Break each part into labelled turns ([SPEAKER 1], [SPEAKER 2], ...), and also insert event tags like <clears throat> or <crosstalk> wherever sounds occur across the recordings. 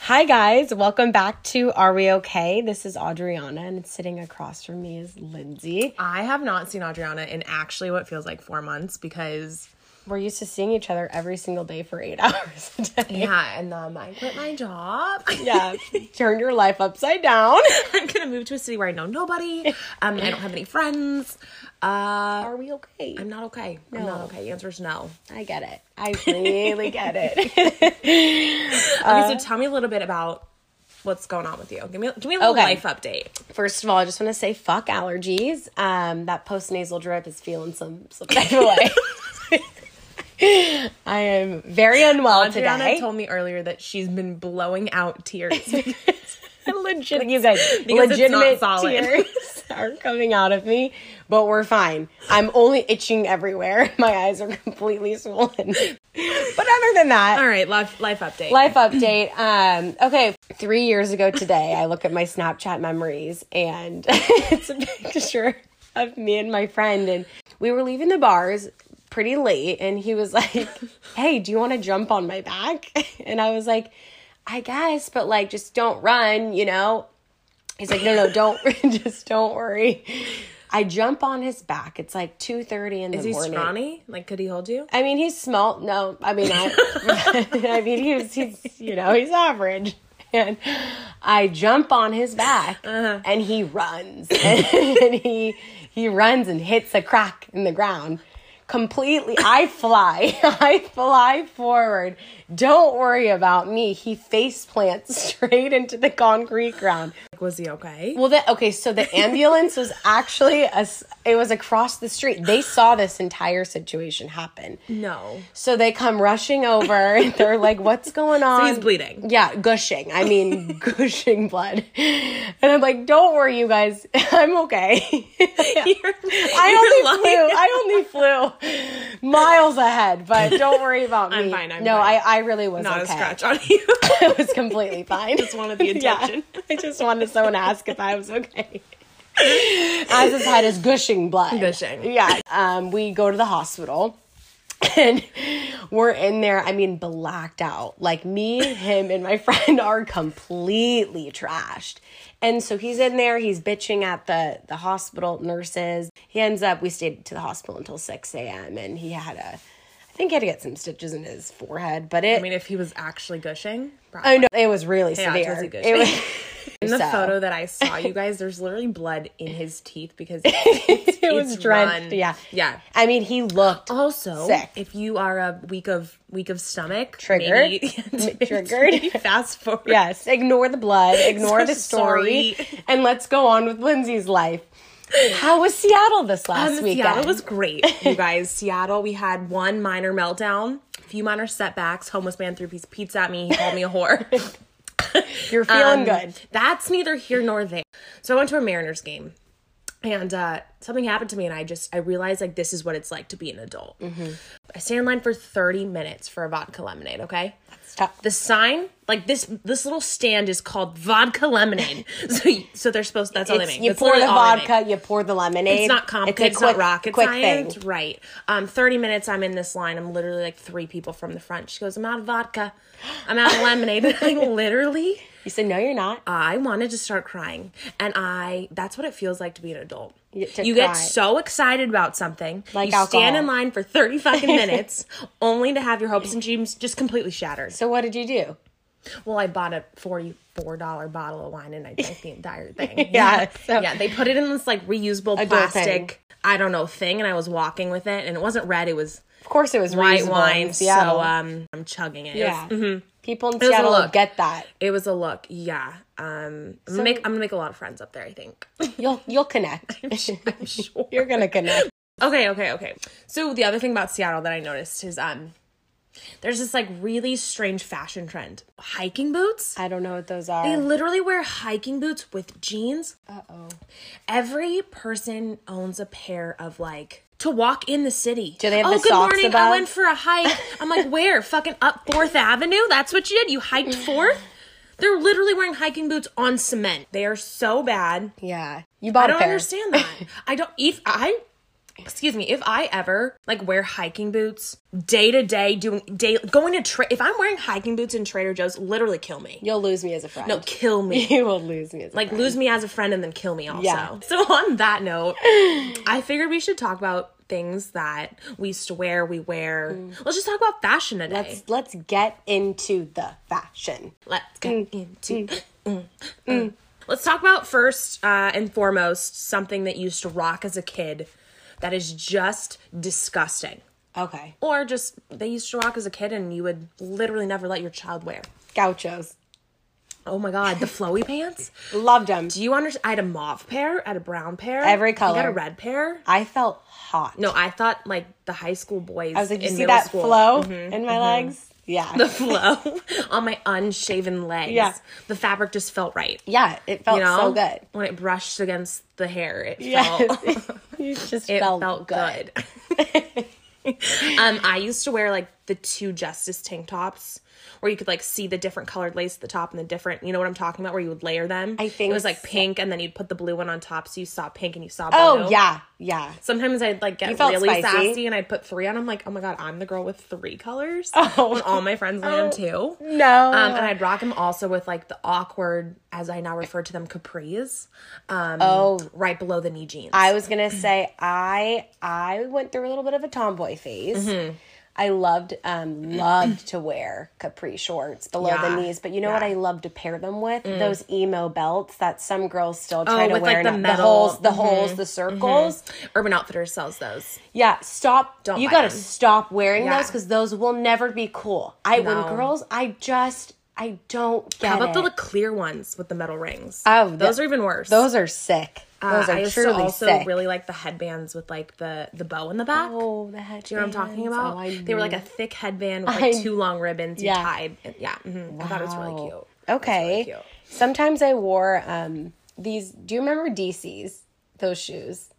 [SPEAKER 1] Hi, guys. Welcome back to Are We Okay? This is Adriana, and sitting across from me is Lindsay.
[SPEAKER 2] I have not seen Adriana in actually what feels like four months because
[SPEAKER 1] We're used to seeing each other every single day for eight <laughs> hours a day.
[SPEAKER 2] yeah, and um, I quit my job. <laughs>
[SPEAKER 1] Yeah. Turn your life upside down.
[SPEAKER 2] I'm gonna move to a city where I know nobody. Um, I don't have any friends. Uh,
[SPEAKER 1] Are we okay?
[SPEAKER 2] I'm not okay. I'm not okay. The answer is no.
[SPEAKER 1] I get it.
[SPEAKER 2] <laughs>
[SPEAKER 1] I really get it. <laughs> Uh,
[SPEAKER 2] okay, so tell me a little bit about what's going on with you. Give me give me a little
[SPEAKER 1] Okay.
[SPEAKER 2] life update.
[SPEAKER 1] First of all, I just want to say fuck allergies. Um, that post nasal drip is feeling some, some type of
[SPEAKER 2] <laughs>
[SPEAKER 1] way. <laughs> I am very unwell
[SPEAKER 2] Adriana
[SPEAKER 1] today.
[SPEAKER 2] told me earlier that she's been blowing
[SPEAKER 1] <laughs>
[SPEAKER 2] out tears. <laughs>
[SPEAKER 1] legit, you guys,
[SPEAKER 2] Because it's not
[SPEAKER 1] legitimate
[SPEAKER 2] solid.
[SPEAKER 1] tears <laughs> are coming out of me, but we're fine. I'm only itching everywhere. <laughs> My eyes are completely swollen. <laughs> But other than that,
[SPEAKER 2] All right, life life
[SPEAKER 1] <laughs>
[SPEAKER 2] update.
[SPEAKER 1] life update. Um, okay, three years ago today, I look at my Snapchat memories, and <laughs> it's a picture of me and my friend, and we were leaving the bars pretty late, and he was
[SPEAKER 2] <laughs>
[SPEAKER 1] like, "Hey, do you want to jump on my back?" <laughs> And I was like, "I guess, but like, just don't run, you know." He's like, "No, no, don't, <laughs> just don't worry." I jump on his back. It's like two thirty in the
[SPEAKER 2] is he
[SPEAKER 1] morning.
[SPEAKER 2] scrawny? Like, could he hold you?
[SPEAKER 1] I mean, he's small. No, I mean, I, <laughs> I mean, he's, he's, you know, he's average. And I jump on his back and he runs. <laughs> And, he, he runs and hits a crack in the ground. Completely, I fly. <laughs> I fly forward. Don't worry about me. He face plants <laughs> straight into the concrete ground.
[SPEAKER 2] Like, was he okay?
[SPEAKER 1] Well, the, okay, so the ambulance was actually, a, s- it was across the street. They saw this entire situation happen.
[SPEAKER 2] No.
[SPEAKER 1] So they come rushing over. <laughs> and They're like, "What's going on?"
[SPEAKER 2] he's bleeding.
[SPEAKER 1] Yeah, gushing. I mean, <laughs> gushing blood. And I'm like, "Don't worry, you guys. <laughs> I'm
[SPEAKER 2] <laughs>
[SPEAKER 1] okay. <laughs> I only flew. I only flew miles ahead, but don't worry about me.
[SPEAKER 2] <laughs> I'm fine, I'm
[SPEAKER 1] no,
[SPEAKER 2] fine.
[SPEAKER 1] I I really was
[SPEAKER 2] Not
[SPEAKER 1] okay.
[SPEAKER 2] a scratch on you.
[SPEAKER 1] <laughs>
[SPEAKER 2] <laughs>
[SPEAKER 1] I was completely fine.
[SPEAKER 2] Just wanted the
[SPEAKER 1] <laughs> Yeah.
[SPEAKER 2] attention.
[SPEAKER 1] I just wanted someone to ask if I was
[SPEAKER 2] <laughs>
[SPEAKER 1] okay. As his head is gushing blood.
[SPEAKER 2] Gushing.
[SPEAKER 1] Yeah. Um, we go to the hospital <laughs> and we're in there, I mean, blacked out. Like me, him, and my <laughs> friend are completely trashed. And so he's in there, he's bitching at the, the hospital nurses. He ends up, we stayed to the hospital until 6 a.m. and he had a, I think he had to get some stitches in his forehead, but it,
[SPEAKER 2] I mean, if he was actually gushing, probably.
[SPEAKER 1] I know it was really
[SPEAKER 2] Yeah,
[SPEAKER 1] severe.
[SPEAKER 2] Josie Gushing.
[SPEAKER 1] It was,
[SPEAKER 2] <laughs> in the
[SPEAKER 1] so. <laughs>
[SPEAKER 2] photo that I saw, you guys, there's literally blood in his teeth because <laughs>
[SPEAKER 1] it was
[SPEAKER 2] it's
[SPEAKER 1] drenched.
[SPEAKER 2] run.
[SPEAKER 1] Yeah,
[SPEAKER 2] Yeah. Oh.
[SPEAKER 1] I mean, he looked
[SPEAKER 2] Also,
[SPEAKER 1] Sick.
[SPEAKER 2] if you are a weak of weak of stomach,
[SPEAKER 1] Triggered.
[SPEAKER 2] <laughs> maybe,
[SPEAKER 1] triggered.
[SPEAKER 2] maybe fast forward.
[SPEAKER 1] Yes, ignore the
[SPEAKER 2] <laughs>
[SPEAKER 1] blood, ignore
[SPEAKER 2] So
[SPEAKER 1] the story,
[SPEAKER 2] sorry.
[SPEAKER 1] and let's go on with Lindsay's life. How was Seattle this last
[SPEAKER 2] Um,
[SPEAKER 1] weekend?
[SPEAKER 2] Seattle was great, you guys. Seattle, we had one minor meltdown, a few minor setbacks. Homeless man threw a piece of pizza at me. He called me a whore.
[SPEAKER 1] You're feeling
[SPEAKER 2] Um,
[SPEAKER 1] good.
[SPEAKER 2] That's neither here nor there. So I went to a Mariners game, and uh, something happened to me, and I just I realized like this is what it's like to be an adult. I stayed in line for thirty minutes for a vodka lemonade. Okay,
[SPEAKER 1] Stop.
[SPEAKER 2] the sign like this this little stand is called vodka lemonade. <laughs> so you- so they're supposed that's all they
[SPEAKER 1] It's-
[SPEAKER 2] make.
[SPEAKER 1] you
[SPEAKER 2] That's
[SPEAKER 1] pour the
[SPEAKER 2] literally all they make.
[SPEAKER 1] vodka, you pour the lemonade.
[SPEAKER 2] It's not complicated. It's, not rocket
[SPEAKER 1] quick
[SPEAKER 2] science,
[SPEAKER 1] thing.
[SPEAKER 2] right? Um, thirty minutes. I'm in this line. I'm literally like three people from the front. She goes, "I'm out of vodka. I'm out of lemonade." <laughs> And I literally
[SPEAKER 1] You said no, you're not.
[SPEAKER 2] I wanted to start crying. And I that's what it feels like to be an adult.
[SPEAKER 1] Y- to
[SPEAKER 2] you
[SPEAKER 1] cry.
[SPEAKER 2] get so excited about something.
[SPEAKER 1] Like
[SPEAKER 2] you
[SPEAKER 1] alcohol.
[SPEAKER 2] stand in line for
[SPEAKER 1] <laughs>
[SPEAKER 2] 30 fucking minutes only to have your hopes and dreams just completely shattered.
[SPEAKER 1] so what did you do?
[SPEAKER 2] Well, I bought a $44 bottle of wine and I drank the
[SPEAKER 1] <laughs>
[SPEAKER 2] entire thing.
[SPEAKER 1] Yeah, so-
[SPEAKER 2] yeah, they put it in this like reusable
[SPEAKER 1] Adult
[SPEAKER 2] plastic,
[SPEAKER 1] thing.
[SPEAKER 2] I don't know, thing and I was walking with it and it wasn't red, it was
[SPEAKER 1] Of course, it was
[SPEAKER 2] white
[SPEAKER 1] reusable
[SPEAKER 2] wine.
[SPEAKER 1] In Seattle.
[SPEAKER 2] So um I'm chugging it. It was-
[SPEAKER 1] yeah, people in
[SPEAKER 2] was a
[SPEAKER 1] Seattle
[SPEAKER 2] look.
[SPEAKER 1] get that.
[SPEAKER 2] It was a look, yeah. Um, I'm gonna make I'm gonna make a lot of friends up there. I
[SPEAKER 1] <laughs>
[SPEAKER 2] think. <laughs>
[SPEAKER 1] You'll you'll connect.
[SPEAKER 2] I'm sure.
[SPEAKER 1] you're gonna connect.
[SPEAKER 2] Okay, okay, okay. So the other thing about Seattle that I noticed is um there's this like really strange fashion trend. Hiking boots?
[SPEAKER 1] I don't know what those are.
[SPEAKER 2] They literally wear hiking boots with jeans.
[SPEAKER 1] Uh oh.
[SPEAKER 2] Every person owns a pair of like to walk in the city.
[SPEAKER 1] Do they have
[SPEAKER 2] oh,
[SPEAKER 1] the
[SPEAKER 2] good
[SPEAKER 1] socks
[SPEAKER 2] morning.
[SPEAKER 1] above?
[SPEAKER 2] I went for a hike. I'm like, where? Fucking up Fourth Avenue? That's what you did? You hiked Fourth? They're literally wearing hiking boots on cement. They are so bad.
[SPEAKER 1] Yeah. You bought
[SPEAKER 2] I don't
[SPEAKER 1] a pair. <laughs>
[SPEAKER 2] understand that. I don't. If I excuse me, if I ever like wear hiking boots day to day, doing day going to tra- if I'm wearing hiking boots in Trader Joe's, literally kill me.
[SPEAKER 1] You'll lose me as a friend.
[SPEAKER 2] No, kill me.
[SPEAKER 1] <laughs> you will lose me as a
[SPEAKER 2] Like
[SPEAKER 1] friend.
[SPEAKER 2] lose me as a friend and then kill me also.
[SPEAKER 1] Yeah.
[SPEAKER 2] <laughs> So on
[SPEAKER 1] <laughs>
[SPEAKER 2] that note, I figured we should talk about things that we used to wear, we wear. Let's just talk about fashion today.
[SPEAKER 1] Mm. Let's let's get into the fashion.
[SPEAKER 2] Let's get into. Mm, mm. Let's talk about first uh, and foremost something that you used to rock as a kid that is just disgusting.
[SPEAKER 1] Okay,
[SPEAKER 2] Or just they used to rock as a kid and you would literally never let your child wear.
[SPEAKER 1] gauchos,
[SPEAKER 2] Oh my god,
[SPEAKER 1] <laughs>
[SPEAKER 2] the flowy pants?
[SPEAKER 1] loved them.
[SPEAKER 2] Do you understand? I had a mauve pair, I had a brown pair.
[SPEAKER 1] Every
[SPEAKER 2] I think I had
[SPEAKER 1] color.
[SPEAKER 2] a red pair.
[SPEAKER 1] I felt hot.
[SPEAKER 2] No, I thought like the high school boys.
[SPEAKER 1] I was like, you
[SPEAKER 2] in
[SPEAKER 1] see
[SPEAKER 2] middle
[SPEAKER 1] that
[SPEAKER 2] school- Mm-hmm.
[SPEAKER 1] flow in my legs? Yeah,
[SPEAKER 2] The <laughs> flow on my unshaven legs.
[SPEAKER 1] Yeah.
[SPEAKER 2] The fabric just felt right.
[SPEAKER 1] <laughs> yeah, it felt
[SPEAKER 2] you know,
[SPEAKER 1] so good. <laughs>
[SPEAKER 2] when it brushed against the hair. It felt
[SPEAKER 1] Yes, <laughs>
[SPEAKER 2] <laughs>
[SPEAKER 1] you just
[SPEAKER 2] it
[SPEAKER 1] felt,
[SPEAKER 2] felt, good.
[SPEAKER 1] <laughs>
[SPEAKER 2] um, I used to wear like the two justice tank tops where you could like see the different colored lace at the top and the different. You know what I'm talking about? Where you would layer them.
[SPEAKER 1] I think
[SPEAKER 2] it was like
[SPEAKER 1] so.
[SPEAKER 2] pink, and then you'd put the blue one on top, so you saw pink and you saw blue.
[SPEAKER 1] Oh yeah, yeah.
[SPEAKER 2] Sometimes I'd like get
[SPEAKER 1] felt
[SPEAKER 2] really
[SPEAKER 1] spicy.
[SPEAKER 2] sassy and I'd put three on. I'm like, oh my god, I'm the girl with three colors.
[SPEAKER 1] <laughs> Oh.
[SPEAKER 2] When all my friends wear them too.
[SPEAKER 1] No,
[SPEAKER 2] Um, and I'd rock them also with like the awkward, as I now refer to them, capris. Um,
[SPEAKER 1] Oh.
[SPEAKER 2] right below the knee jeans.
[SPEAKER 1] I was gonna say I I went through a little bit of a tomboy phase.
[SPEAKER 2] Mm-hmm.
[SPEAKER 1] I loved um loved to wear capri shorts below
[SPEAKER 2] Yeah, Mm.
[SPEAKER 1] the knees, but you know what I loved to pair them with those emo belts that some girls still
[SPEAKER 2] Oh,
[SPEAKER 1] try to
[SPEAKER 2] with,
[SPEAKER 1] wear
[SPEAKER 2] like, the
[SPEAKER 1] now.
[SPEAKER 2] metal- Mm-hmm.
[SPEAKER 1] holes, the holes, the circles.
[SPEAKER 2] Urban Outfitters sells those.
[SPEAKER 1] Yeah, stop.
[SPEAKER 2] Don't
[SPEAKER 1] you
[SPEAKER 2] buy
[SPEAKER 1] gotta
[SPEAKER 2] them.
[SPEAKER 1] stop wearing
[SPEAKER 2] Yeah.
[SPEAKER 1] those because those will never be cool. I
[SPEAKER 2] No.
[SPEAKER 1] when girls, I just I don't get
[SPEAKER 2] How about
[SPEAKER 1] it.
[SPEAKER 2] the like, clear ones with the metal rings?
[SPEAKER 1] Oh, the-
[SPEAKER 2] those are even worse.
[SPEAKER 1] those are sick.
[SPEAKER 2] Uh,
[SPEAKER 1] Those are
[SPEAKER 2] I used
[SPEAKER 1] truly
[SPEAKER 2] to also
[SPEAKER 1] sick.
[SPEAKER 2] really like the headbands with like the the bow in the back.
[SPEAKER 1] oh, the headbands.
[SPEAKER 2] Do you know what I'm talking about?
[SPEAKER 1] Oh, I
[SPEAKER 2] they were like a thick headband with like
[SPEAKER 1] I-
[SPEAKER 2] two long ribbons
[SPEAKER 1] Yeah.
[SPEAKER 2] you tied. And- Yeah, mhm. I thought it was really cute.
[SPEAKER 1] Wow. Oh. Okay.
[SPEAKER 2] cute.
[SPEAKER 1] Sometimes I wore um these. Do you remember DCs? Those shoes.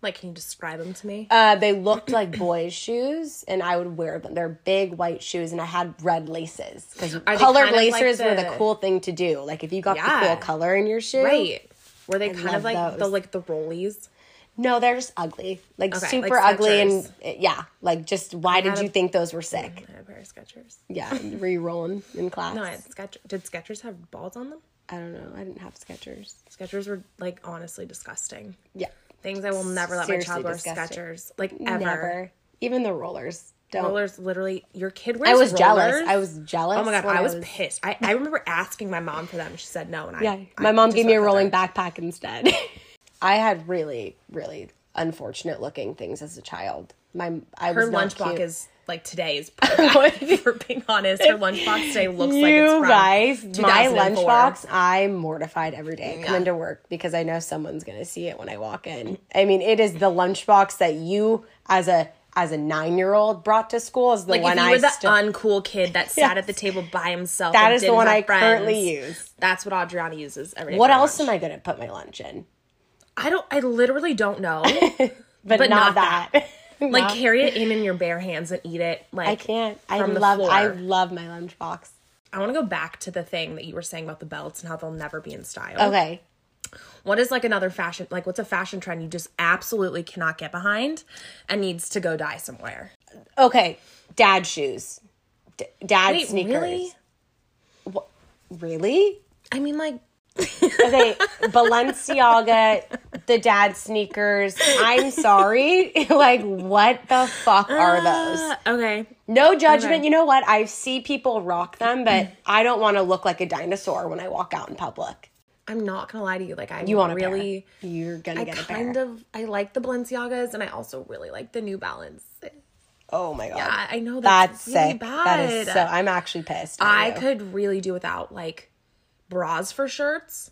[SPEAKER 2] Like, can you describe them to me?
[SPEAKER 1] Uh, they looked
[SPEAKER 2] <clears throat>
[SPEAKER 1] like boys' shoes, and I would wear them. They're big white shoes, and I had red laces because
[SPEAKER 2] Are they
[SPEAKER 1] colored
[SPEAKER 2] kind of like
[SPEAKER 1] lacers were
[SPEAKER 2] the-
[SPEAKER 1] the cool thing to do. Like if you got the
[SPEAKER 2] Yeah.
[SPEAKER 1] cool color in your shoe,
[SPEAKER 2] right. Were they kind
[SPEAKER 1] love
[SPEAKER 2] of like the
[SPEAKER 1] those.
[SPEAKER 2] like the rollies?
[SPEAKER 1] No, they're just ugly, like
[SPEAKER 2] Okay,
[SPEAKER 1] super
[SPEAKER 2] like
[SPEAKER 1] ugly, and
[SPEAKER 2] Skechers.
[SPEAKER 1] uh, yeah, like just why did
[SPEAKER 2] had
[SPEAKER 1] you
[SPEAKER 2] a-
[SPEAKER 1] think those were sick?
[SPEAKER 2] I had a pair of Skechers.
[SPEAKER 1] Yeah, were you rolling in class?
[SPEAKER 2] No, I had Skech- did Skechers have balls on them?
[SPEAKER 1] I don't know. I didn't have Skechers.
[SPEAKER 2] Skechers were like honestly disgusting.
[SPEAKER 1] Yeah,
[SPEAKER 2] Things I will never let
[SPEAKER 1] Seriously
[SPEAKER 2] my child wear
[SPEAKER 1] disgusting.
[SPEAKER 2] Skechers. Like ever.
[SPEAKER 1] never. Even the rollers don't.
[SPEAKER 2] Rollers literally your kid wears
[SPEAKER 1] I was jealous.
[SPEAKER 2] rollers?
[SPEAKER 1] I was jealous.
[SPEAKER 2] Oh my god,
[SPEAKER 1] when
[SPEAKER 2] I was, pissed. I,
[SPEAKER 1] <laughs>
[SPEAKER 2] I remember asking my mom for them. She said no and I
[SPEAKER 1] Yeah,
[SPEAKER 2] I
[SPEAKER 1] my mom
[SPEAKER 2] just
[SPEAKER 1] gave me a
[SPEAKER 2] went with
[SPEAKER 1] rolling
[SPEAKER 2] her.
[SPEAKER 1] backpack instead. <laughs> I had really, really unfortunate looking things as a child. My I was
[SPEAKER 2] Her
[SPEAKER 1] not
[SPEAKER 2] lunchbox
[SPEAKER 1] cute.
[SPEAKER 2] is
[SPEAKER 1] <laughs>
[SPEAKER 2] like today's perfect. for being honest, her lunchbox today looks like
[SPEAKER 1] You
[SPEAKER 2] it's from
[SPEAKER 1] guys, my
[SPEAKER 2] 2004.
[SPEAKER 1] lunchbox, I'm mortified every day coming to work because I know someone's gonna see it when I walk in. I mean, it is the lunchbox that you as a as a nine year old brought to school is the
[SPEAKER 2] Like
[SPEAKER 1] one
[SPEAKER 2] if you
[SPEAKER 1] I
[SPEAKER 2] were the
[SPEAKER 1] still
[SPEAKER 2] uncool kid that sat at the table by himself,
[SPEAKER 1] That
[SPEAKER 2] and
[SPEAKER 1] is the
[SPEAKER 2] didn't
[SPEAKER 1] one
[SPEAKER 2] have
[SPEAKER 1] I
[SPEAKER 2] friends,
[SPEAKER 1] currently use.
[SPEAKER 2] That's what Adriana uses every day.
[SPEAKER 1] What
[SPEAKER 2] for
[SPEAKER 1] else
[SPEAKER 2] lunch.
[SPEAKER 1] am I gonna put my lunch in?
[SPEAKER 2] I don't. I literally
[SPEAKER 1] <laughs>
[SPEAKER 2] don't know.
[SPEAKER 1] But,
[SPEAKER 2] But
[SPEAKER 1] not,
[SPEAKER 2] not
[SPEAKER 1] that.
[SPEAKER 2] like carry it in in your bare hands and eat it. Like
[SPEAKER 1] I can't. I
[SPEAKER 2] from the
[SPEAKER 1] love. I
[SPEAKER 2] floor.
[SPEAKER 1] love my lunchbox.
[SPEAKER 2] I want to go back to the thing that you were saying about the belts and how they'll never be in style.
[SPEAKER 1] Okay.
[SPEAKER 2] What is like another fashion? Like what's a fashion trend you just absolutely cannot get behind and needs to go die somewhere?
[SPEAKER 1] Okay. Dad shoes. D- dad
[SPEAKER 2] Wait,
[SPEAKER 1] sneakers.
[SPEAKER 2] really?
[SPEAKER 1] Really?
[SPEAKER 2] I mean, like <laughs>
[SPEAKER 1] Okay. Balenciaga, the dad sneakers. I'm sorry. <laughs> like, what the fuck are those?
[SPEAKER 2] uh, okay.
[SPEAKER 1] No judgment.
[SPEAKER 2] okay.
[SPEAKER 1] You know what? I see people rock them, but I don't want to look like a dinosaur when I walk out in public.
[SPEAKER 2] I'm not gonna lie to you. Like I
[SPEAKER 1] You want a
[SPEAKER 2] really.
[SPEAKER 1] really? You're gonna
[SPEAKER 2] I
[SPEAKER 1] get a pair.
[SPEAKER 2] kind of I like the Balenciagas and I also really like the New Balance.
[SPEAKER 1] oh my god.
[SPEAKER 2] I, I know that's,
[SPEAKER 1] That's
[SPEAKER 2] really
[SPEAKER 1] sick.
[SPEAKER 2] bad.
[SPEAKER 1] That is so. I'm actually pissed. at
[SPEAKER 2] I
[SPEAKER 1] you.
[SPEAKER 2] could really do without like bras for shirts.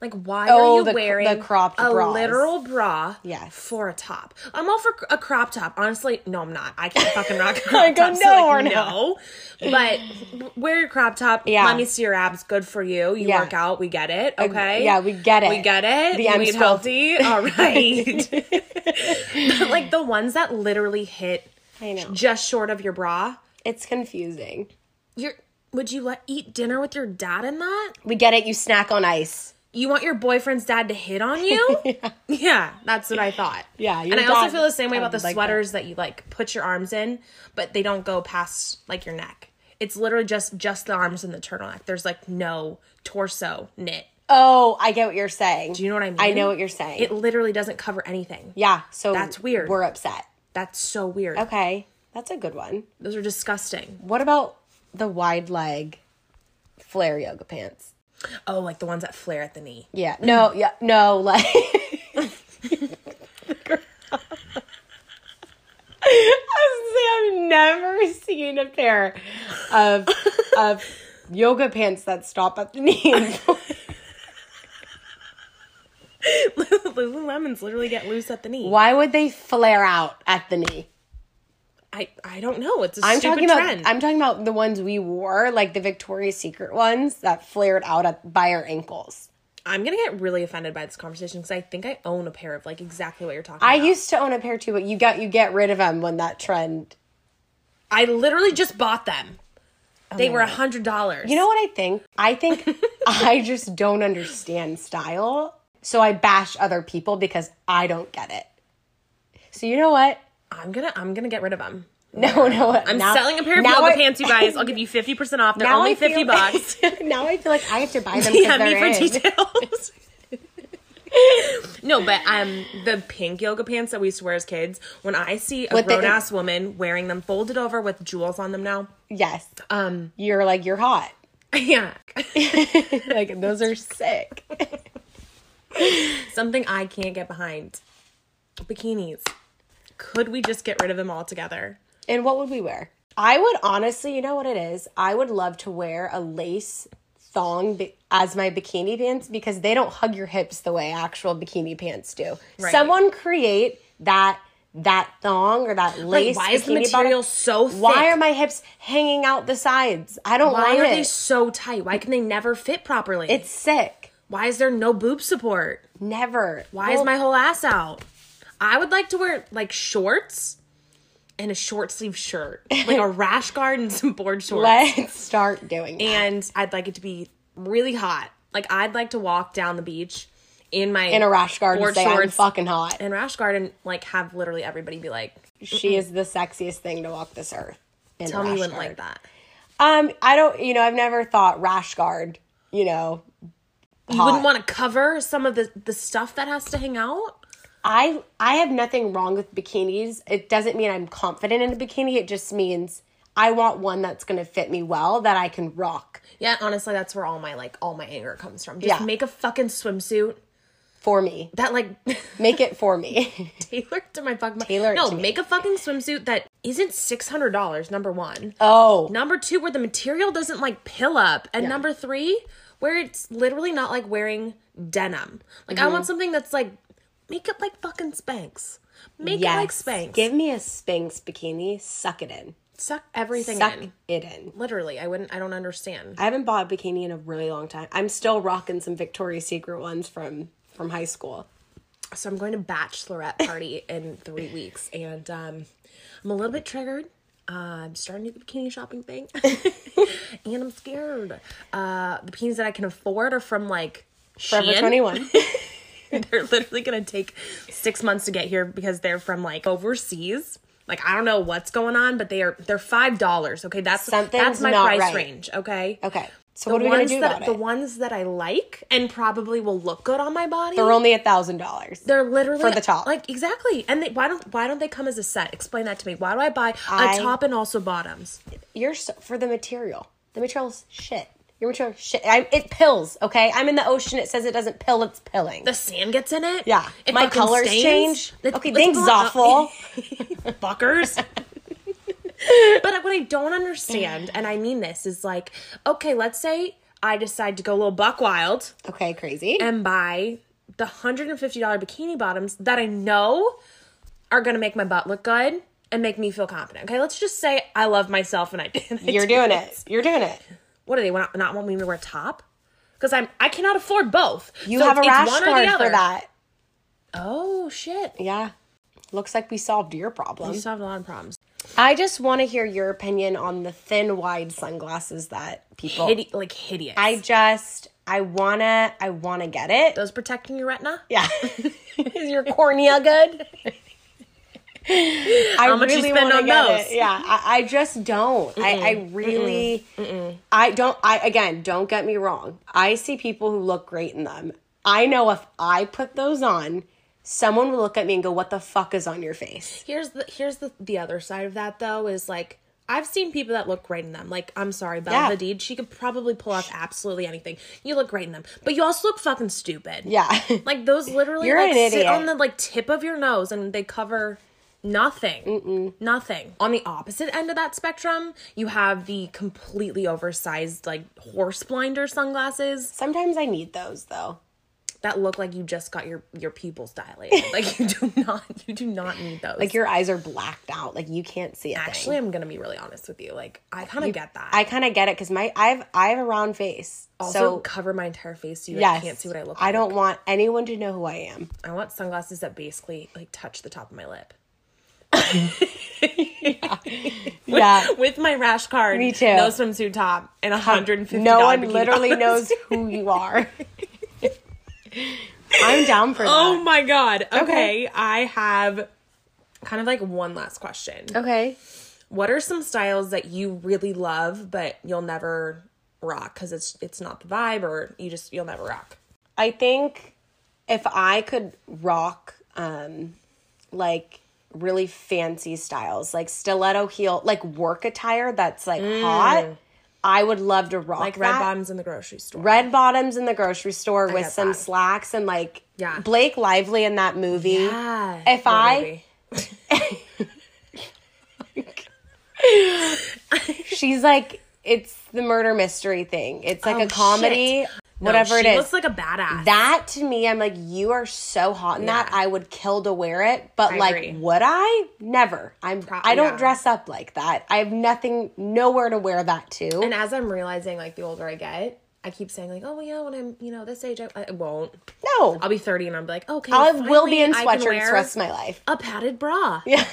[SPEAKER 2] Like why
[SPEAKER 1] Oh,
[SPEAKER 2] are you
[SPEAKER 1] the cr-
[SPEAKER 2] wearing
[SPEAKER 1] the cropped
[SPEAKER 2] a
[SPEAKER 1] bras.
[SPEAKER 2] literal bra
[SPEAKER 1] Yes.
[SPEAKER 2] for a top? I'm all for cr- a crop top. Honestly, no, I'm not. I can't
[SPEAKER 1] <laughs>
[SPEAKER 2] fucking rock a crop
[SPEAKER 1] I go,
[SPEAKER 2] top. so,
[SPEAKER 1] "No,
[SPEAKER 2] like,
[SPEAKER 1] we're not."
[SPEAKER 2] no. But w- wear your crop top.
[SPEAKER 1] Yeah.
[SPEAKER 2] Let me see your abs. Good for you. You
[SPEAKER 1] Yeah.
[SPEAKER 2] work out. We get it. Okay.
[SPEAKER 1] yeah, we get it.
[SPEAKER 2] We get it.
[SPEAKER 1] The
[SPEAKER 2] you
[SPEAKER 1] M
[SPEAKER 2] eat
[SPEAKER 1] squared.
[SPEAKER 2] healthy. All right.
[SPEAKER 1] <laughs>
[SPEAKER 2] <laughs> But, like the ones that literally hit
[SPEAKER 1] I know.
[SPEAKER 2] just short of your bra.
[SPEAKER 1] It's confusing.
[SPEAKER 2] You're would you let eat dinner with your dad in that?
[SPEAKER 1] We get it. You snack on ice.
[SPEAKER 2] you want your boyfriend's dad to hit
[SPEAKER 1] <laughs>
[SPEAKER 2] on you? <laughs> yeah. that's what I thought.
[SPEAKER 1] Yeah,
[SPEAKER 2] and
[SPEAKER 1] your
[SPEAKER 2] I also
[SPEAKER 1] dad
[SPEAKER 2] feel the same way about the
[SPEAKER 1] sounded like that.
[SPEAKER 2] sweaters that. you like put your arms in, but they don't go past like your neck. It's literally just just the arms and the turtleneck. There's like no torso knit.
[SPEAKER 1] Oh, I get what you're saying. Do
[SPEAKER 2] You know what I mean?
[SPEAKER 1] I know what you're saying.
[SPEAKER 2] It literally doesn't cover anything.
[SPEAKER 1] yeah, so
[SPEAKER 2] That's weird.
[SPEAKER 1] We're upset.
[SPEAKER 2] That's so weird.
[SPEAKER 1] Okay, that's a good one.
[SPEAKER 2] Those are disgusting.
[SPEAKER 1] What about the wide leg flare yoga pants?
[SPEAKER 2] Oh, like the ones that flare at the knee. <laughs>
[SPEAKER 1] Yeah. No, yeah, no, like <laughs> I was gonna say I've never seen a pair of of
[SPEAKER 2] <laughs>
[SPEAKER 1] yoga pants that stop at the knee.
[SPEAKER 2] Lululemon's literally get loose at the knee.
[SPEAKER 1] Why would they flare out at the knee?
[SPEAKER 2] I I don't know. It's a
[SPEAKER 1] I'm
[SPEAKER 2] stupid
[SPEAKER 1] talking about
[SPEAKER 2] trend.
[SPEAKER 1] I'm talking about the ones we wore, like the Victoria's Secret ones that flared out at, by our ankles.
[SPEAKER 2] I'm gonna get really offended by this conversation because I think I own a pair of like exactly what you're talking
[SPEAKER 1] I
[SPEAKER 2] about.
[SPEAKER 1] used to own a pair too, but you got you get rid of them when that trend.
[SPEAKER 2] I literally just bought them. they were a hundred dollars.
[SPEAKER 1] Oh. You know what I think? I
[SPEAKER 2] <laughs>
[SPEAKER 1] think I just don't understand style, so I bash other people because I don't get it. So you know what? <laughs>
[SPEAKER 2] I'm gonna I'm gonna get rid of them.
[SPEAKER 1] No, no.
[SPEAKER 2] I'm selling a pair of yoga pants, you guys. I'll
[SPEAKER 1] <laughs>
[SPEAKER 2] give you fifty percent off. They're only fifty bucks.
[SPEAKER 1] now I feel like I have to buy <laughs> them.
[SPEAKER 2] <laughs> DM
[SPEAKER 1] Yeah,
[SPEAKER 2] me for
[SPEAKER 1] me for <laughs>
[SPEAKER 2] details. no, but um, the pink yoga pants that we used to wear as kids. When I see a
[SPEAKER 1] With the-
[SPEAKER 2] grown ass woman wearing them folded over with jewels on them now,
[SPEAKER 1] Yes,
[SPEAKER 2] um, <laughs>
[SPEAKER 1] you're like you're hot. <laughs>
[SPEAKER 2] yeah,
[SPEAKER 1] Like those are sick.
[SPEAKER 2] something I can't get behind. Bikinis. Could we just get rid of them altogether?
[SPEAKER 1] And what would we wear? I would honestly, you know what it is? I would love to wear a lace thong bi- as my bikini pants because they don't hug your hips the way actual bikini pants do.
[SPEAKER 2] Right.
[SPEAKER 1] Someone create that that thong or that lace.
[SPEAKER 2] why is the
[SPEAKER 1] bikini bottom.
[SPEAKER 2] material so thick?
[SPEAKER 1] Why are my hips hanging out the sides? I don't
[SPEAKER 2] Why
[SPEAKER 1] like
[SPEAKER 2] are
[SPEAKER 1] it.
[SPEAKER 2] they so tight? Why can they never fit properly?
[SPEAKER 1] it's sick.
[SPEAKER 2] why is there no boob support?
[SPEAKER 1] Never.
[SPEAKER 2] Why is my whole ass out? I would like to wear like shorts and a short
[SPEAKER 1] <laughs>
[SPEAKER 2] sleeve shirt, like a rash guard and some board shorts.
[SPEAKER 1] let's start doing that.
[SPEAKER 2] and I'd like it to be really hot. Like I'd like to walk down the beach in my
[SPEAKER 1] in a rash guard and
[SPEAKER 2] board
[SPEAKER 1] say I'm
[SPEAKER 2] shorts
[SPEAKER 1] fucking hot.
[SPEAKER 2] <laughs> and rash guard and like have literally everybody be like,
[SPEAKER 1] She is the sexiest thing to walk this earth. in a
[SPEAKER 2] "Tell me
[SPEAKER 1] rash
[SPEAKER 2] you wouldn't
[SPEAKER 1] guard.
[SPEAKER 2] like that."
[SPEAKER 1] Um, I don't. You know, I've never thought rash guard. You know,
[SPEAKER 2] You wouldn't want to cover some of the the stuff that has to hang out.
[SPEAKER 1] I I have nothing wrong with bikinis. It doesn't mean I'm confident in a bikini. It just means I want one that's going to fit me well that I can rock
[SPEAKER 2] Yeah, honestly, that's where all my like all my anger comes from. Just
[SPEAKER 1] Yeah.
[SPEAKER 2] make a fucking swimsuit
[SPEAKER 1] for me.
[SPEAKER 2] that like <laughs>
[SPEAKER 1] Make it for me. <laughs>
[SPEAKER 2] tailored to my fucking
[SPEAKER 1] Tailor it
[SPEAKER 2] No,
[SPEAKER 1] to me.
[SPEAKER 2] make a fucking swimsuit that isn't six hundred dollars. Number one.
[SPEAKER 1] oh,
[SPEAKER 2] Number two, where the material doesn't like pill up, and number three, where it's literally not like wearing denim. Like I want something that's like make it like fucking Spanx. Make
[SPEAKER 1] yes.
[SPEAKER 2] it like Spanx.
[SPEAKER 1] Give me a Spanx bikini. Suck it in.
[SPEAKER 2] Suck everything
[SPEAKER 1] Suck
[SPEAKER 2] in.
[SPEAKER 1] it in.
[SPEAKER 2] Literally, I wouldn't. I don't understand.
[SPEAKER 1] I haven't bought a bikini in a really long time. I'm still rocking some Victoria's Secret ones from from high school.
[SPEAKER 2] so I'm going to bachelorette party in three weeks, and um, I'm a little bit triggered. Uh, I'm starting to do the bikini shopping
[SPEAKER 1] <laughs>
[SPEAKER 2] thing, and I'm scared. Uh, the bikinis that I can afford are from like
[SPEAKER 1] Forever
[SPEAKER 2] Shein.
[SPEAKER 1] <laughs> 21.
[SPEAKER 2] <laughs> they're literally gonna take six months to get here because they're from like overseas. Like I don't know what's going on, but they are they're five dollars. Okay, that's
[SPEAKER 1] Something's
[SPEAKER 2] that's my
[SPEAKER 1] not
[SPEAKER 2] price
[SPEAKER 1] right.
[SPEAKER 2] range. Okay,
[SPEAKER 1] Okay. So
[SPEAKER 2] The
[SPEAKER 1] what are we going
[SPEAKER 2] ones
[SPEAKER 1] to do
[SPEAKER 2] that,
[SPEAKER 1] about
[SPEAKER 2] The
[SPEAKER 1] it?
[SPEAKER 2] ones that I like and probably will look good on my body.
[SPEAKER 1] They're only a thousand dollars.
[SPEAKER 2] They're literally
[SPEAKER 1] For the top.
[SPEAKER 2] Like exactly. And they, why don't why don't they come as a set? Explain that to me. Why do I buy a
[SPEAKER 1] I-
[SPEAKER 2] top and also bottoms?
[SPEAKER 1] You're so, for the material. The material's shit. Your material shit. I, it pills. Okay, I'm in the ocean. It says it doesn't pill. It's pilling.
[SPEAKER 2] The sand gets in it.
[SPEAKER 1] yeah,
[SPEAKER 2] It
[SPEAKER 1] my
[SPEAKER 2] fucking
[SPEAKER 1] colors
[SPEAKER 2] stains.
[SPEAKER 1] change.
[SPEAKER 2] Let's-
[SPEAKER 1] okay,
[SPEAKER 2] let's
[SPEAKER 1] thanks,
[SPEAKER 2] blow it up.
[SPEAKER 1] Zoffel.
[SPEAKER 2] <laughs>
[SPEAKER 1] <laughs>
[SPEAKER 2] fuckers. but what I don't understand, and I mean this, is like, okay, let's say I decide to go a little buck wild
[SPEAKER 1] Okay, crazy.
[SPEAKER 2] and buy the hundred and fifty dollar bikini bottoms that I know are gonna make my butt look good and make me feel confident. Okay, let's just say I love myself and I <laughs> did.
[SPEAKER 1] You're doing it. You're doing it.
[SPEAKER 2] What do they want, not want me to wear a top? Because I'm I cannot afford both.
[SPEAKER 1] You
[SPEAKER 2] So
[SPEAKER 1] have a
[SPEAKER 2] it's
[SPEAKER 1] rash
[SPEAKER 2] one or the
[SPEAKER 1] guard for
[SPEAKER 2] other.
[SPEAKER 1] that.
[SPEAKER 2] Oh shit!
[SPEAKER 1] Yeah, looks like we solved your
[SPEAKER 2] You
[SPEAKER 1] problem.
[SPEAKER 2] solved a lot of problems.
[SPEAKER 1] I just want to hear your opinion on the thin, wide sunglasses that people.
[SPEAKER 2] Hide- like hideous.
[SPEAKER 1] I just I wanna I wanna get it.
[SPEAKER 2] Those protecting your retina? <laughs>
[SPEAKER 1] Yeah. Is your cornea good? I
[SPEAKER 2] How much you spend
[SPEAKER 1] wanna
[SPEAKER 2] on
[SPEAKER 1] get
[SPEAKER 2] those?
[SPEAKER 1] it. Yeah, I, I just don't. I, I really, I don't. I again, don't get me wrong. I see people who look great in them. I know if I put those on, someone will look at me and go, "What the fuck is on your face?"
[SPEAKER 2] Here's the here's the the other side of that though is like I've seen people that look great in them. Like I'm sorry, Bella
[SPEAKER 1] Yeah.
[SPEAKER 2] Hadid, she could probably pull off absolutely anything. You look great in them, but you also look fucking stupid.
[SPEAKER 1] Yeah, <laughs>
[SPEAKER 2] Like those literally
[SPEAKER 1] You're
[SPEAKER 2] like
[SPEAKER 1] an
[SPEAKER 2] sit
[SPEAKER 1] idiot.
[SPEAKER 2] on the like tip of your nose and they cover nothing. Nothing. On the opposite end of that spectrum, you have the completely oversized like horse blinder sunglasses
[SPEAKER 1] sometimes I need those though.
[SPEAKER 2] that look like you just got your your pupils dilated. like you do <laughs> not you do not need those.
[SPEAKER 1] Like your eyes are blacked out. Like you can't see a thing.
[SPEAKER 2] Actually, I'm gonna be really honest with you. Like, I kind of get that. I
[SPEAKER 1] I kind of get it because my I have I have a round face.
[SPEAKER 2] also
[SPEAKER 1] so
[SPEAKER 2] cover my entire face so you like,
[SPEAKER 1] yes,
[SPEAKER 2] can't see what I look
[SPEAKER 1] I
[SPEAKER 2] like.
[SPEAKER 1] don't want anyone to know who I am.
[SPEAKER 2] I want sunglasses that basically like touch the top of my lip. <laughs>
[SPEAKER 1] Yeah.
[SPEAKER 2] With my rash card,
[SPEAKER 1] Me too.
[SPEAKER 2] No swimsuit top and a hundred and fifty.
[SPEAKER 1] No one literally knows who you are. I'm down for that.
[SPEAKER 2] <laughs> Oh my god. Okay,
[SPEAKER 1] Okay.
[SPEAKER 2] I have kind of like one last question.
[SPEAKER 1] okay.
[SPEAKER 2] What are some styles that you really love but you'll never rock because it's it's not the vibe or you just you'll never rock?
[SPEAKER 1] I think if I could rock um like really fancy styles, like stiletto heel, like work attire that's like hot, I would love to rock
[SPEAKER 2] Mm. Like red
[SPEAKER 1] that.
[SPEAKER 2] bottoms in the grocery store.
[SPEAKER 1] red bottoms in the grocery store with
[SPEAKER 2] get
[SPEAKER 1] some
[SPEAKER 2] that.
[SPEAKER 1] slacks and like
[SPEAKER 2] Yeah.
[SPEAKER 1] Blake Lively in that movie.
[SPEAKER 2] Yeah. Oh,
[SPEAKER 1] If
[SPEAKER 2] Or
[SPEAKER 1] I-
[SPEAKER 2] maybe.
[SPEAKER 1] She's like it's the murder mystery thing. It's like
[SPEAKER 2] Oh,
[SPEAKER 1] a comedy,
[SPEAKER 2] shit. No,
[SPEAKER 1] whatever it
[SPEAKER 2] she
[SPEAKER 1] is.
[SPEAKER 2] looks like a badass.
[SPEAKER 1] that to me, I'm like, you are so hot in that.
[SPEAKER 2] Yeah.
[SPEAKER 1] I would kill to wear it, but
[SPEAKER 2] I
[SPEAKER 1] like,
[SPEAKER 2] agree.
[SPEAKER 1] would I? Never. I'm. I don't
[SPEAKER 2] yeah.
[SPEAKER 1] dress up like that. I have nothing, nowhere to wear that to.
[SPEAKER 2] and as I'm realizing, like the older I get, I keep saying like, oh well, yeah, when I'm you know this age, I, I won't.
[SPEAKER 1] no,
[SPEAKER 2] I'll be 30 and I'm like, okay,
[SPEAKER 1] I will be
[SPEAKER 2] um, finally
[SPEAKER 1] in
[SPEAKER 2] I can
[SPEAKER 1] sweatshirts
[SPEAKER 2] wear
[SPEAKER 1] the rest of my life. <laughs>
[SPEAKER 2] a padded bra.
[SPEAKER 1] Yeah,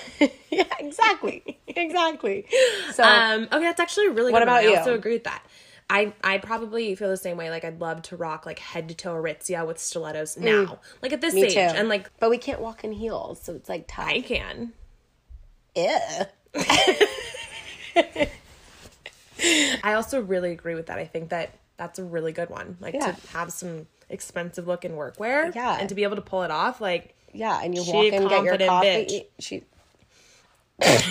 [SPEAKER 1] yeah, exactly, <laughs> exactly. So
[SPEAKER 2] Um, okay, that's actually a really. What good
[SPEAKER 1] about
[SPEAKER 2] one.
[SPEAKER 1] you?
[SPEAKER 2] I also agree with that. I I probably feel the same way. Like I'd love to rock like head to toe Aritzia with stilettos now, like at this
[SPEAKER 1] Mm. me
[SPEAKER 2] age,
[SPEAKER 1] too.
[SPEAKER 2] and like
[SPEAKER 1] but we can't walk in heels, so it's like tough.
[SPEAKER 2] I can.
[SPEAKER 1] Ew.
[SPEAKER 2] I also really agree with that. I think that that's a really good one. Like
[SPEAKER 1] Yeah.
[SPEAKER 2] to have some expensive looking workwear,
[SPEAKER 1] Yeah.
[SPEAKER 2] and to be able to pull it off, like
[SPEAKER 1] Yeah, and you
[SPEAKER 2] She
[SPEAKER 1] walk in, get your
[SPEAKER 2] confident
[SPEAKER 1] coffee.
[SPEAKER 2] bitch.
[SPEAKER 1] She. <coughs>
[SPEAKER 2] I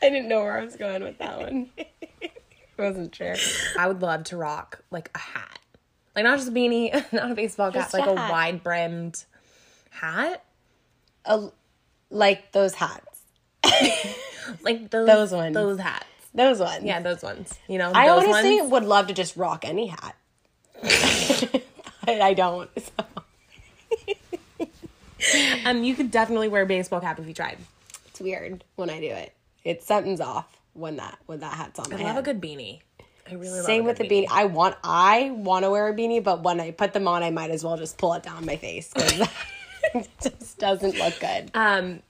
[SPEAKER 2] didn't know where I was going with that one.
[SPEAKER 1] Wasn't sure.
[SPEAKER 2] I would love to rock like a hat, like not just a beanie, <laughs> not a baseball cap,
[SPEAKER 1] Just a
[SPEAKER 2] like a
[SPEAKER 1] hat.
[SPEAKER 2] wide brimmed hat,
[SPEAKER 1] A, like those hats.
[SPEAKER 2] like those
[SPEAKER 1] Those ones.
[SPEAKER 2] those hats.
[SPEAKER 1] Those ones.
[SPEAKER 2] Yeah, those ones. You know,
[SPEAKER 1] I
[SPEAKER 2] those
[SPEAKER 1] honestly
[SPEAKER 2] ones.
[SPEAKER 1] would love to just rock any hat. <laughs> but I don't. So.
[SPEAKER 2] Um, you could definitely wear a baseball cap if you tried.
[SPEAKER 1] It's weird when I do it. It something's off when that when that hat's on my
[SPEAKER 2] I love
[SPEAKER 1] head.
[SPEAKER 2] a good beanie. I really love
[SPEAKER 1] Same
[SPEAKER 2] a
[SPEAKER 1] with the beanie.
[SPEAKER 2] good
[SPEAKER 1] I want I want to wear a beanie, but when I put them on, I might as well just pull it down my face because <laughs> it just doesn't look good.
[SPEAKER 2] Um,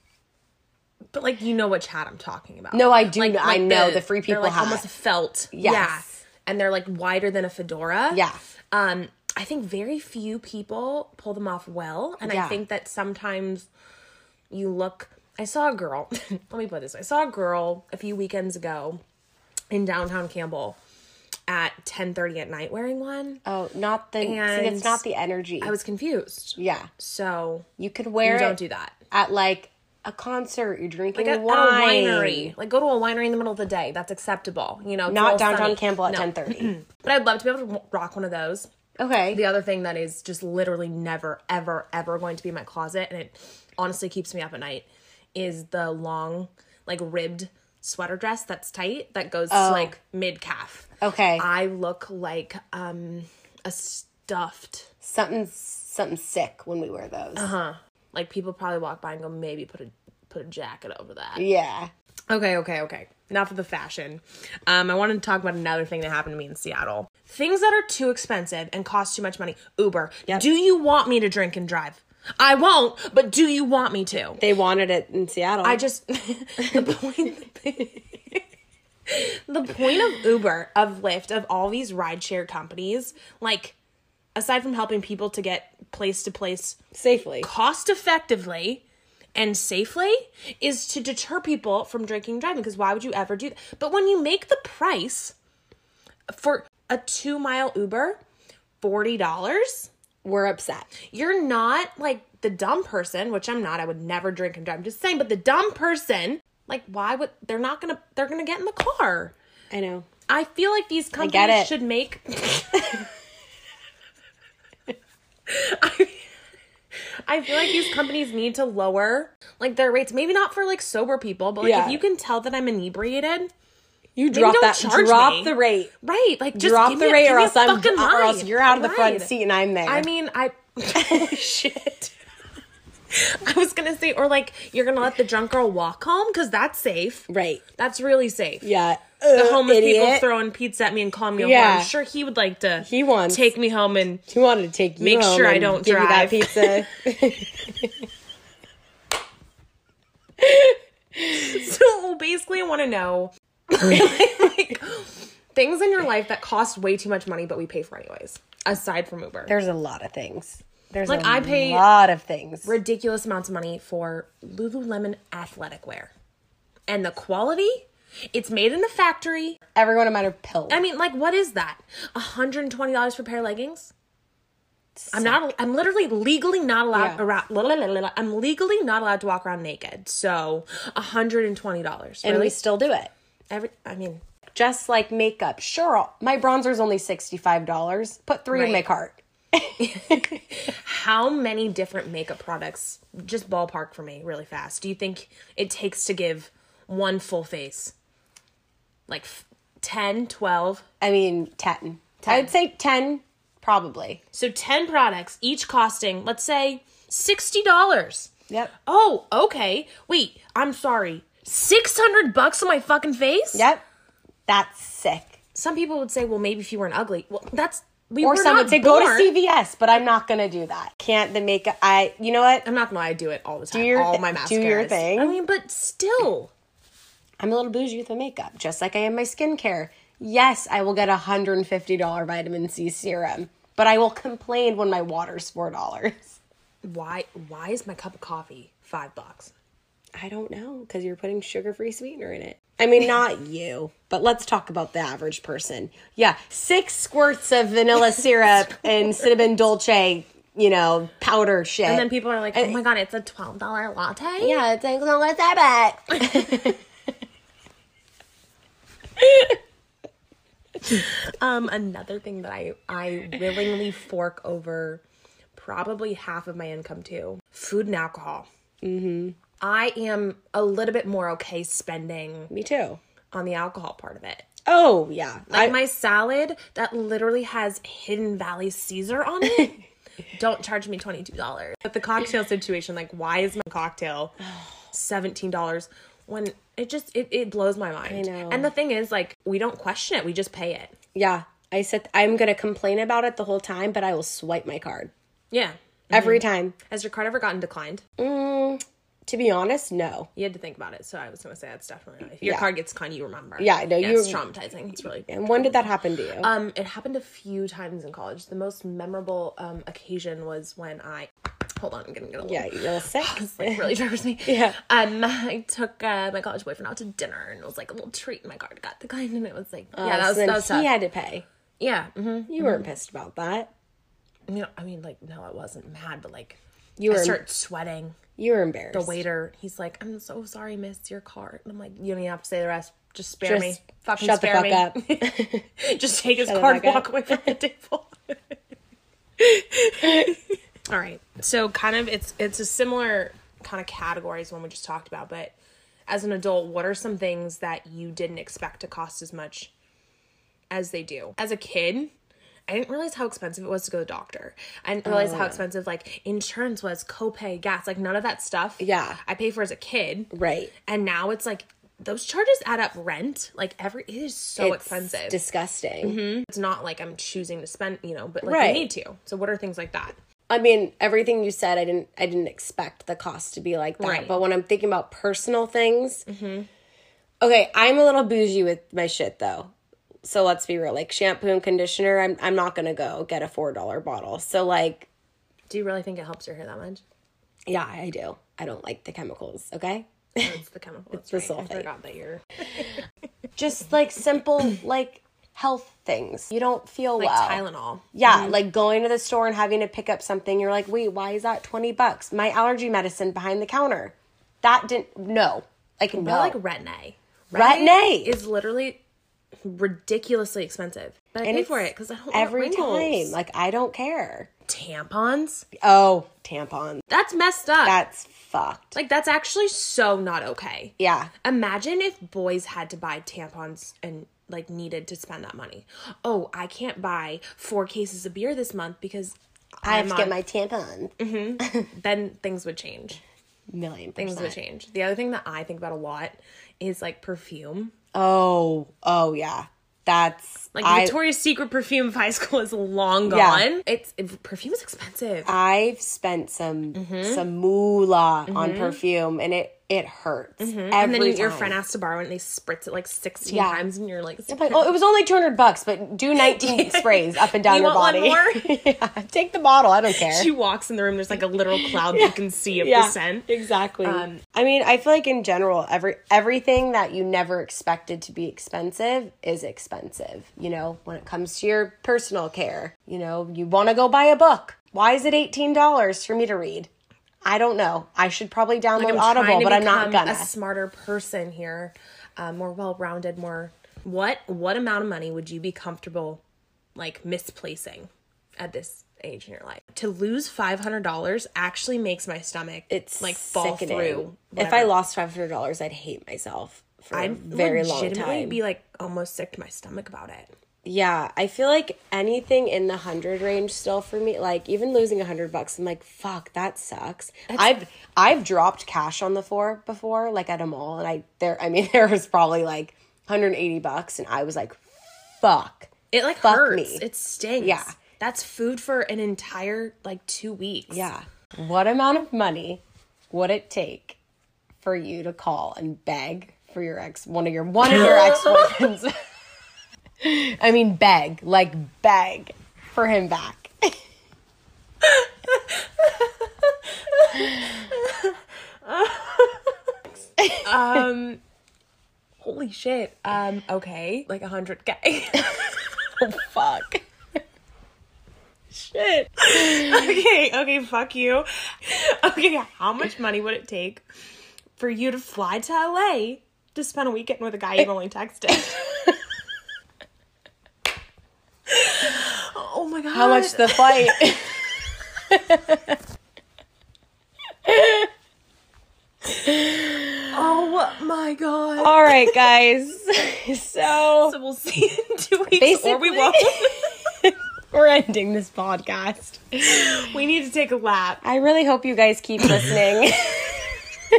[SPEAKER 2] but like you know which hat I'm talking about.
[SPEAKER 1] No, I do
[SPEAKER 2] Like-
[SPEAKER 1] know- I
[SPEAKER 2] like
[SPEAKER 1] know the Free
[SPEAKER 2] they're,
[SPEAKER 1] People
[SPEAKER 2] like
[SPEAKER 1] hat.
[SPEAKER 2] almost felt.
[SPEAKER 1] Yes.
[SPEAKER 2] Yeah, and they're like wider than a fedora.
[SPEAKER 1] Yeah.
[SPEAKER 2] Um, I think very few people pull them off well, and
[SPEAKER 1] Yeah.
[SPEAKER 2] I think that sometimes you look. I saw a girl. <laughs> let me put it this. way. I saw a girl a few weekends ago in downtown Campbell at 10:30 at night wearing one.
[SPEAKER 1] oh, not the see,
[SPEAKER 2] And
[SPEAKER 1] it's not the energy.
[SPEAKER 2] I was confused.
[SPEAKER 1] yeah,
[SPEAKER 2] So
[SPEAKER 1] you could wear
[SPEAKER 2] you
[SPEAKER 1] it.
[SPEAKER 2] don't do that.
[SPEAKER 1] at like a concert. You're drinking
[SPEAKER 2] Like at,
[SPEAKER 1] wine.
[SPEAKER 2] at a winery. Like go to a winery in the middle of the day. That's acceptable. You know, it's a
[SPEAKER 1] Not
[SPEAKER 2] little
[SPEAKER 1] downtown
[SPEAKER 2] sunny.
[SPEAKER 1] Campbell at
[SPEAKER 2] No.
[SPEAKER 1] ten thirty.
[SPEAKER 2] <clears throat> But I'd love to be able to w- rock one of those.
[SPEAKER 1] Okay.
[SPEAKER 2] The other thing that is just literally never, ever, ever going to be in my closet, and it honestly keeps me up at night, is the long, like ribbed sweater dress that's tight that goes to like mid calf.
[SPEAKER 1] Oh. Okay.
[SPEAKER 2] I look like um a stuffed.
[SPEAKER 1] something's something sick when we wear those.
[SPEAKER 2] Uh-huh. Like people probably walk by and go, maybe put a put a jacket over that.
[SPEAKER 1] Yeah.
[SPEAKER 2] Okay, okay, okay. Enough of the fashion. Um, I wanted to talk about another thing that happened to me in Seattle. Things that are too expensive and cost too much money. Uber. Do you want me to drink and drive? I won't, but do you want me to? <laughs>
[SPEAKER 1] They wanted it in Seattle.
[SPEAKER 2] I just the point <laughs> the point of Uber, of Lyft, of all these rideshare companies, like aside from helping people to get place to place
[SPEAKER 1] Safely.
[SPEAKER 2] cost effectively and safely is to deter people from drinking and driving because why would you ever do that? But when you make the price for a 2 mile Uber $40,
[SPEAKER 1] We're upset.
[SPEAKER 2] you're not like the dumb person, which I'm not. I would never drink and drive. I'm just saying, but the dumb person, like, why would they're not gonna? They're gonna get in the car.
[SPEAKER 1] I know.
[SPEAKER 2] I feel like these
[SPEAKER 1] get
[SPEAKER 2] companies
[SPEAKER 1] it. <laughs>
[SPEAKER 2] should make. I, I feel like these companies need to lower like their rates. Maybe not for like sober people, but like
[SPEAKER 1] Yeah.
[SPEAKER 2] if you can tell that I'm inebriated,
[SPEAKER 1] You drop
[SPEAKER 2] don't
[SPEAKER 1] that.
[SPEAKER 2] charge
[SPEAKER 1] Drop
[SPEAKER 2] me.
[SPEAKER 1] the rate.
[SPEAKER 2] right? Like just
[SPEAKER 1] drop
[SPEAKER 2] give
[SPEAKER 1] the
[SPEAKER 2] me a-
[SPEAKER 1] rate,
[SPEAKER 2] give
[SPEAKER 1] or
[SPEAKER 2] me a
[SPEAKER 1] else I'm,
[SPEAKER 2] fucking
[SPEAKER 1] or else
[SPEAKER 2] ride.
[SPEAKER 1] you're out of the front
[SPEAKER 2] Right.
[SPEAKER 1] seat and I'm there. <laughs>
[SPEAKER 2] I mean, I. <laughs> Holy shit. I was gonna say, or like, you're gonna let the drunk girl walk home because that's safe.
[SPEAKER 1] right?
[SPEAKER 2] That's really safe.
[SPEAKER 1] Yeah.
[SPEAKER 2] The homeless people
[SPEAKER 1] idiot.
[SPEAKER 2] throwing pizza at me and calling me a
[SPEAKER 1] Yeah.
[SPEAKER 2] whore. I'm sure he would like to.
[SPEAKER 1] He wants-
[SPEAKER 2] take me home and
[SPEAKER 1] He wanted to take you
[SPEAKER 2] Make
[SPEAKER 1] home
[SPEAKER 2] sure I
[SPEAKER 1] and
[SPEAKER 2] don't
[SPEAKER 1] give
[SPEAKER 2] drive.
[SPEAKER 1] you
[SPEAKER 2] <laughs>
[SPEAKER 1] that pizza.
[SPEAKER 2] so <laughs> basically, I want to know <laughs> like, things in your life that cost way too much money, but we pay for anyways. Aside from Uber,
[SPEAKER 1] There's a lot of things. There's
[SPEAKER 2] Like,
[SPEAKER 1] a
[SPEAKER 2] I pay-
[SPEAKER 1] lot of things.
[SPEAKER 2] ridiculous amounts of money for Lululemon athletic wear, and the quality. It's made in a factory.
[SPEAKER 1] Every one of mine are pills.
[SPEAKER 2] I mean, like, what is that? $120 for a pair of leggings? I'm not. I'm literally legally not allowed
[SPEAKER 1] Yeah.
[SPEAKER 2] around. la- la- la- la- la- I'm legally not allowed to walk around naked. So, hundred and twenty dollars.
[SPEAKER 1] and
[SPEAKER 2] Really?
[SPEAKER 1] we still do it.
[SPEAKER 2] Every. I mean,
[SPEAKER 1] Just like makeup. Sure, I'll- my bronzer's only sixty five dollars. Put three in my
[SPEAKER 2] Right.
[SPEAKER 1] cart.
[SPEAKER 2] how many different makeup products? Just ballpark for me, really fast. Do you think it takes to give one full face? Like f- 10, 12?
[SPEAKER 1] I mean, 10. I would say ten, probably.
[SPEAKER 2] So ten products, each costing, let's say, sixty dollars.
[SPEAKER 1] Yep.
[SPEAKER 2] Oh, okay. Wait, I'm sorry. 600 bucks on my fucking face?
[SPEAKER 1] Yep. That's sick.
[SPEAKER 2] Some people would say, well, maybe if you weren't ugly. Well, that's. We
[SPEAKER 1] Or
[SPEAKER 2] were
[SPEAKER 1] some
[SPEAKER 2] not
[SPEAKER 1] would say
[SPEAKER 2] born.
[SPEAKER 1] go to CVS, but I'm not gonna do that. Can't the makeup? I. You know what?
[SPEAKER 2] I'm not gonna lie, I do it all the time.
[SPEAKER 1] your
[SPEAKER 2] all
[SPEAKER 1] thi-
[SPEAKER 2] my mascaras.
[SPEAKER 1] do your thing.
[SPEAKER 2] I mean, but still.
[SPEAKER 1] I'm a little bougie with my makeup, just like I am my skincare. Yes, I will get a $150 vitamin C serum, but I will complain when my water's $4.
[SPEAKER 2] Why why is my cup of coffee five bucks?
[SPEAKER 1] I don't know, because you're putting sugar free sweetener in it. I mean, not
[SPEAKER 2] <laughs>
[SPEAKER 1] you, but let's talk about the average person. Yeah, six squirts of
[SPEAKER 2] <laughs>
[SPEAKER 1] vanilla syrup and cinnamon dolce, you know, powder shit.
[SPEAKER 2] And then people are like, oh my god, it's a twelve dollar latte?
[SPEAKER 1] yeah, it's like, no, what's that
[SPEAKER 2] <laughs>
[SPEAKER 1] back?
[SPEAKER 2] Um, another thing that I I willingly fork over probably half of my income to food and alcohol. Mm-hmm. I am a little bit more okay spending
[SPEAKER 1] Me too.
[SPEAKER 2] on the alcohol part of it.
[SPEAKER 1] Oh, yeah.
[SPEAKER 2] Like
[SPEAKER 1] I,
[SPEAKER 2] my salad that literally has Hidden Valley Caesar on
[SPEAKER 1] <laughs>
[SPEAKER 2] it. Don't charge me twenty two dollars. But the cocktail
[SPEAKER 1] <sighs>
[SPEAKER 2] situation, like, why is my cocktail seventeen dollars when it just it, it blows my mind.
[SPEAKER 1] know.
[SPEAKER 2] And the thing is, like, we don't question it; we just pay it.
[SPEAKER 1] yeah, I said, I'm going to complain about it the whole time, but I will swipe my card.
[SPEAKER 2] Yeah.
[SPEAKER 1] every time.
[SPEAKER 2] Has your card ever gotten declined?
[SPEAKER 1] To be honest, no.
[SPEAKER 2] You had to think about it, so I was gonna say that's definitely if your
[SPEAKER 1] Yeah.
[SPEAKER 2] card gets con, you remember.
[SPEAKER 1] Yeah, I know, you-
[SPEAKER 2] It's traumatizing. It's really.
[SPEAKER 1] And when did that happen to you?
[SPEAKER 2] Um, it happened a few times in college. The most memorable um occasion was when I, hold on, I'm gonna get a little.
[SPEAKER 1] yeah, you little
[SPEAKER 2] <sighs>
[SPEAKER 1] sick.
[SPEAKER 2] This, like
[SPEAKER 1] <laughs>
[SPEAKER 2] really drives me.
[SPEAKER 1] Yeah.
[SPEAKER 2] Um, I took uh, my college boyfriend out to dinner, and it was like a little treat. And my card got declined, and it was like, yeah, that was
[SPEAKER 1] Oh, then
[SPEAKER 2] that was
[SPEAKER 1] he
[SPEAKER 2] tough.
[SPEAKER 1] had to pay.
[SPEAKER 2] yeah. Mm-hmm.
[SPEAKER 1] You weren't pissed about that.
[SPEAKER 2] You know, I mean, like, no, I wasn't mad, but like,
[SPEAKER 1] You
[SPEAKER 2] I
[SPEAKER 1] were
[SPEAKER 2] start sweating.
[SPEAKER 1] you were embarrassed.
[SPEAKER 2] the waiter. He's like, I'm so sorry, miss, your card. And I'm like, you don't even have to say the rest. Just spare
[SPEAKER 1] Just
[SPEAKER 2] me. Fucking
[SPEAKER 1] shut the
[SPEAKER 2] spare
[SPEAKER 1] fuck
[SPEAKER 2] me. up. <laughs> Just take his
[SPEAKER 1] the
[SPEAKER 2] card,
[SPEAKER 1] fuck
[SPEAKER 2] walk
[SPEAKER 1] up.
[SPEAKER 2] away from the
[SPEAKER 1] <laughs>
[SPEAKER 2] table. All right. So kind of it's it's a similar kind of category as one we just talked about, but as an adult, what are some things that you didn't expect to cost as much as they do? As a kid, I didn't realize how expensive it was to go to the doctor. I didn't realize
[SPEAKER 1] Oh.
[SPEAKER 2] how expensive like insurance was, copay, gas, like none of that stuff.
[SPEAKER 1] Yeah.
[SPEAKER 2] I pay for as a kid.
[SPEAKER 1] Right.
[SPEAKER 2] And now it's like those charges add up rent. Like every it is so
[SPEAKER 1] It's
[SPEAKER 2] expensive.
[SPEAKER 1] Disgusting.
[SPEAKER 2] it's not like I'm choosing to spend, you know, but like
[SPEAKER 1] Right.
[SPEAKER 2] you need to. So what are things like that?
[SPEAKER 1] I mean, everything you said, I didn't I didn't expect the cost to be like that.
[SPEAKER 2] Right. Mm-hmm.
[SPEAKER 1] But when I'm thinking about personal things, Okay, I'm a little bougie with my shit though. So let's be real. Like shampoo and conditioner, I'm I'm not gonna go get a four dollar bottle. So like,
[SPEAKER 2] Do you really think it helps your hair that much?
[SPEAKER 1] yeah, I do. I don't like the chemicals. Okay,
[SPEAKER 2] It's
[SPEAKER 1] <laughs>
[SPEAKER 2] the chemical. It's
[SPEAKER 1] the
[SPEAKER 2] I
[SPEAKER 1] sulfate.
[SPEAKER 2] forgot that you're
[SPEAKER 1] just like
[SPEAKER 2] <clears throat>
[SPEAKER 1] simple like health things. You don't feel
[SPEAKER 2] like
[SPEAKER 1] well.
[SPEAKER 2] Tylenol.
[SPEAKER 1] Yeah, like going to the store and having to pick up something. You're like, wait, why is that twenty bucks? My allergy medicine behind the counter. That didn't. No, like no.
[SPEAKER 2] I like Retin-A.
[SPEAKER 1] Retin-A.
[SPEAKER 2] is literally ridiculously expensive. But I pay
[SPEAKER 1] it's
[SPEAKER 2] for it because I don't
[SPEAKER 1] every
[SPEAKER 2] want wrinkles.
[SPEAKER 1] time. Like I don't care.
[SPEAKER 2] tampons.
[SPEAKER 1] Oh, tampons.
[SPEAKER 2] That's messed up.
[SPEAKER 1] That's fucked.
[SPEAKER 2] like that's actually so not okay.
[SPEAKER 1] Yeah.
[SPEAKER 2] Imagine if boys had to buy tampons and like needed to spend that money. Oh, I can't buy four cases of beer this month because
[SPEAKER 1] I have to
[SPEAKER 2] on-
[SPEAKER 1] get my tampon.
[SPEAKER 2] then things would change.
[SPEAKER 1] Million
[SPEAKER 2] Mm-hmm. Things would
[SPEAKER 1] percent.
[SPEAKER 2] change. The other thing that I think about a lot is like perfume.
[SPEAKER 1] Oh, oh yeah. That's
[SPEAKER 2] Like
[SPEAKER 1] I,
[SPEAKER 2] Victoria's Secret perfume of high school is long
[SPEAKER 1] Yeah.
[SPEAKER 2] gone. It's it, perfume is expensive.
[SPEAKER 1] I've spent some
[SPEAKER 2] Mm-hmm.
[SPEAKER 1] some moolah on perfume, and it it hurts every
[SPEAKER 2] Mm-hmm. and then you, your
[SPEAKER 1] time.
[SPEAKER 2] friend has to borrow it and they spritz it like 16
[SPEAKER 1] Yeah.
[SPEAKER 2] times and you're like,
[SPEAKER 1] I'm like, oh, it was only two hundred bucks, but
[SPEAKER 2] <laughs>
[SPEAKER 1] do nineteen sprays up and down
[SPEAKER 2] You
[SPEAKER 1] your
[SPEAKER 2] want
[SPEAKER 1] body.
[SPEAKER 2] one more?
[SPEAKER 1] <laughs> yeah, take the bottle. I don't care.
[SPEAKER 2] she walks in the room, there's like a literal cloud you can see of the scent.
[SPEAKER 1] exactly. Um, I mean, I feel like in general, every everything that you never expected to be expensive is expensive. You know, when it comes to your personal care, you know, you want to go buy a book. Why is it eighteen dollars for me to read? I don't know. I should probably download
[SPEAKER 2] I'm trying
[SPEAKER 1] Audible,
[SPEAKER 2] to
[SPEAKER 1] but I'm not
[SPEAKER 2] become
[SPEAKER 1] gonna.
[SPEAKER 2] A smarter person here, uh, more well-rounded, more. What what amount of money would you be comfortable, like misplacing, at this age in your life? To lose five hundred dollars actually makes my stomach
[SPEAKER 1] it's
[SPEAKER 2] like fall
[SPEAKER 1] sickening.
[SPEAKER 2] through.
[SPEAKER 1] If I lost five hundred dollars, I'd hate myself for a
[SPEAKER 2] I'd
[SPEAKER 1] very long
[SPEAKER 2] legitimately
[SPEAKER 1] time.
[SPEAKER 2] be like almost sick to my stomach about it.
[SPEAKER 1] Yeah, I feel like anything in the hundred range still for me, like even losing a hundred bucks, I'm like, fuck, that sucks. I've I've dropped cash on the floor before, like at a mall, and I there I mean <laughs> there was probably like 180 bucks, and I was like, fuck.
[SPEAKER 2] It like
[SPEAKER 1] Fuck
[SPEAKER 2] hurts.
[SPEAKER 1] me.
[SPEAKER 2] It stinks.
[SPEAKER 1] Yeah.
[SPEAKER 2] That's food for an entire like two weeks.
[SPEAKER 1] Yeah. What amount of money would it take for you to call and beg for your ex one of your one of your ex boyfriends? <laughs> I mean beg, like beg for him back.
[SPEAKER 2] Holy shit. Um. Okay. Like a hundred <laughs> k. Oh,
[SPEAKER 1] Fuck.
[SPEAKER 2] <laughs> Shit. okay, okay, fuck you. Okay, how much money would it take for you to fly to LA to spend a weekend with a guy you've only <laughs> texted? oh my god.
[SPEAKER 1] How much the flight?
[SPEAKER 2] Oh my god.
[SPEAKER 1] All right, guys. <laughs> So
[SPEAKER 2] So we'll see in two weeks or we
[SPEAKER 1] Basically-
[SPEAKER 2] won't.
[SPEAKER 1] <laughs> we're ending this podcast.
[SPEAKER 2] <laughs> We need to take a lap.
[SPEAKER 1] I really hope you guys keep listening. <laughs>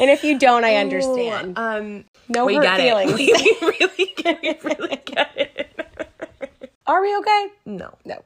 [SPEAKER 1] and if you don't, I understand.
[SPEAKER 2] Um
[SPEAKER 1] No
[SPEAKER 2] we
[SPEAKER 1] hurt
[SPEAKER 2] got
[SPEAKER 1] feelings.
[SPEAKER 2] it. <laughs> We, we really get it. We really get it.
[SPEAKER 1] Are we okay?
[SPEAKER 2] No.
[SPEAKER 1] No.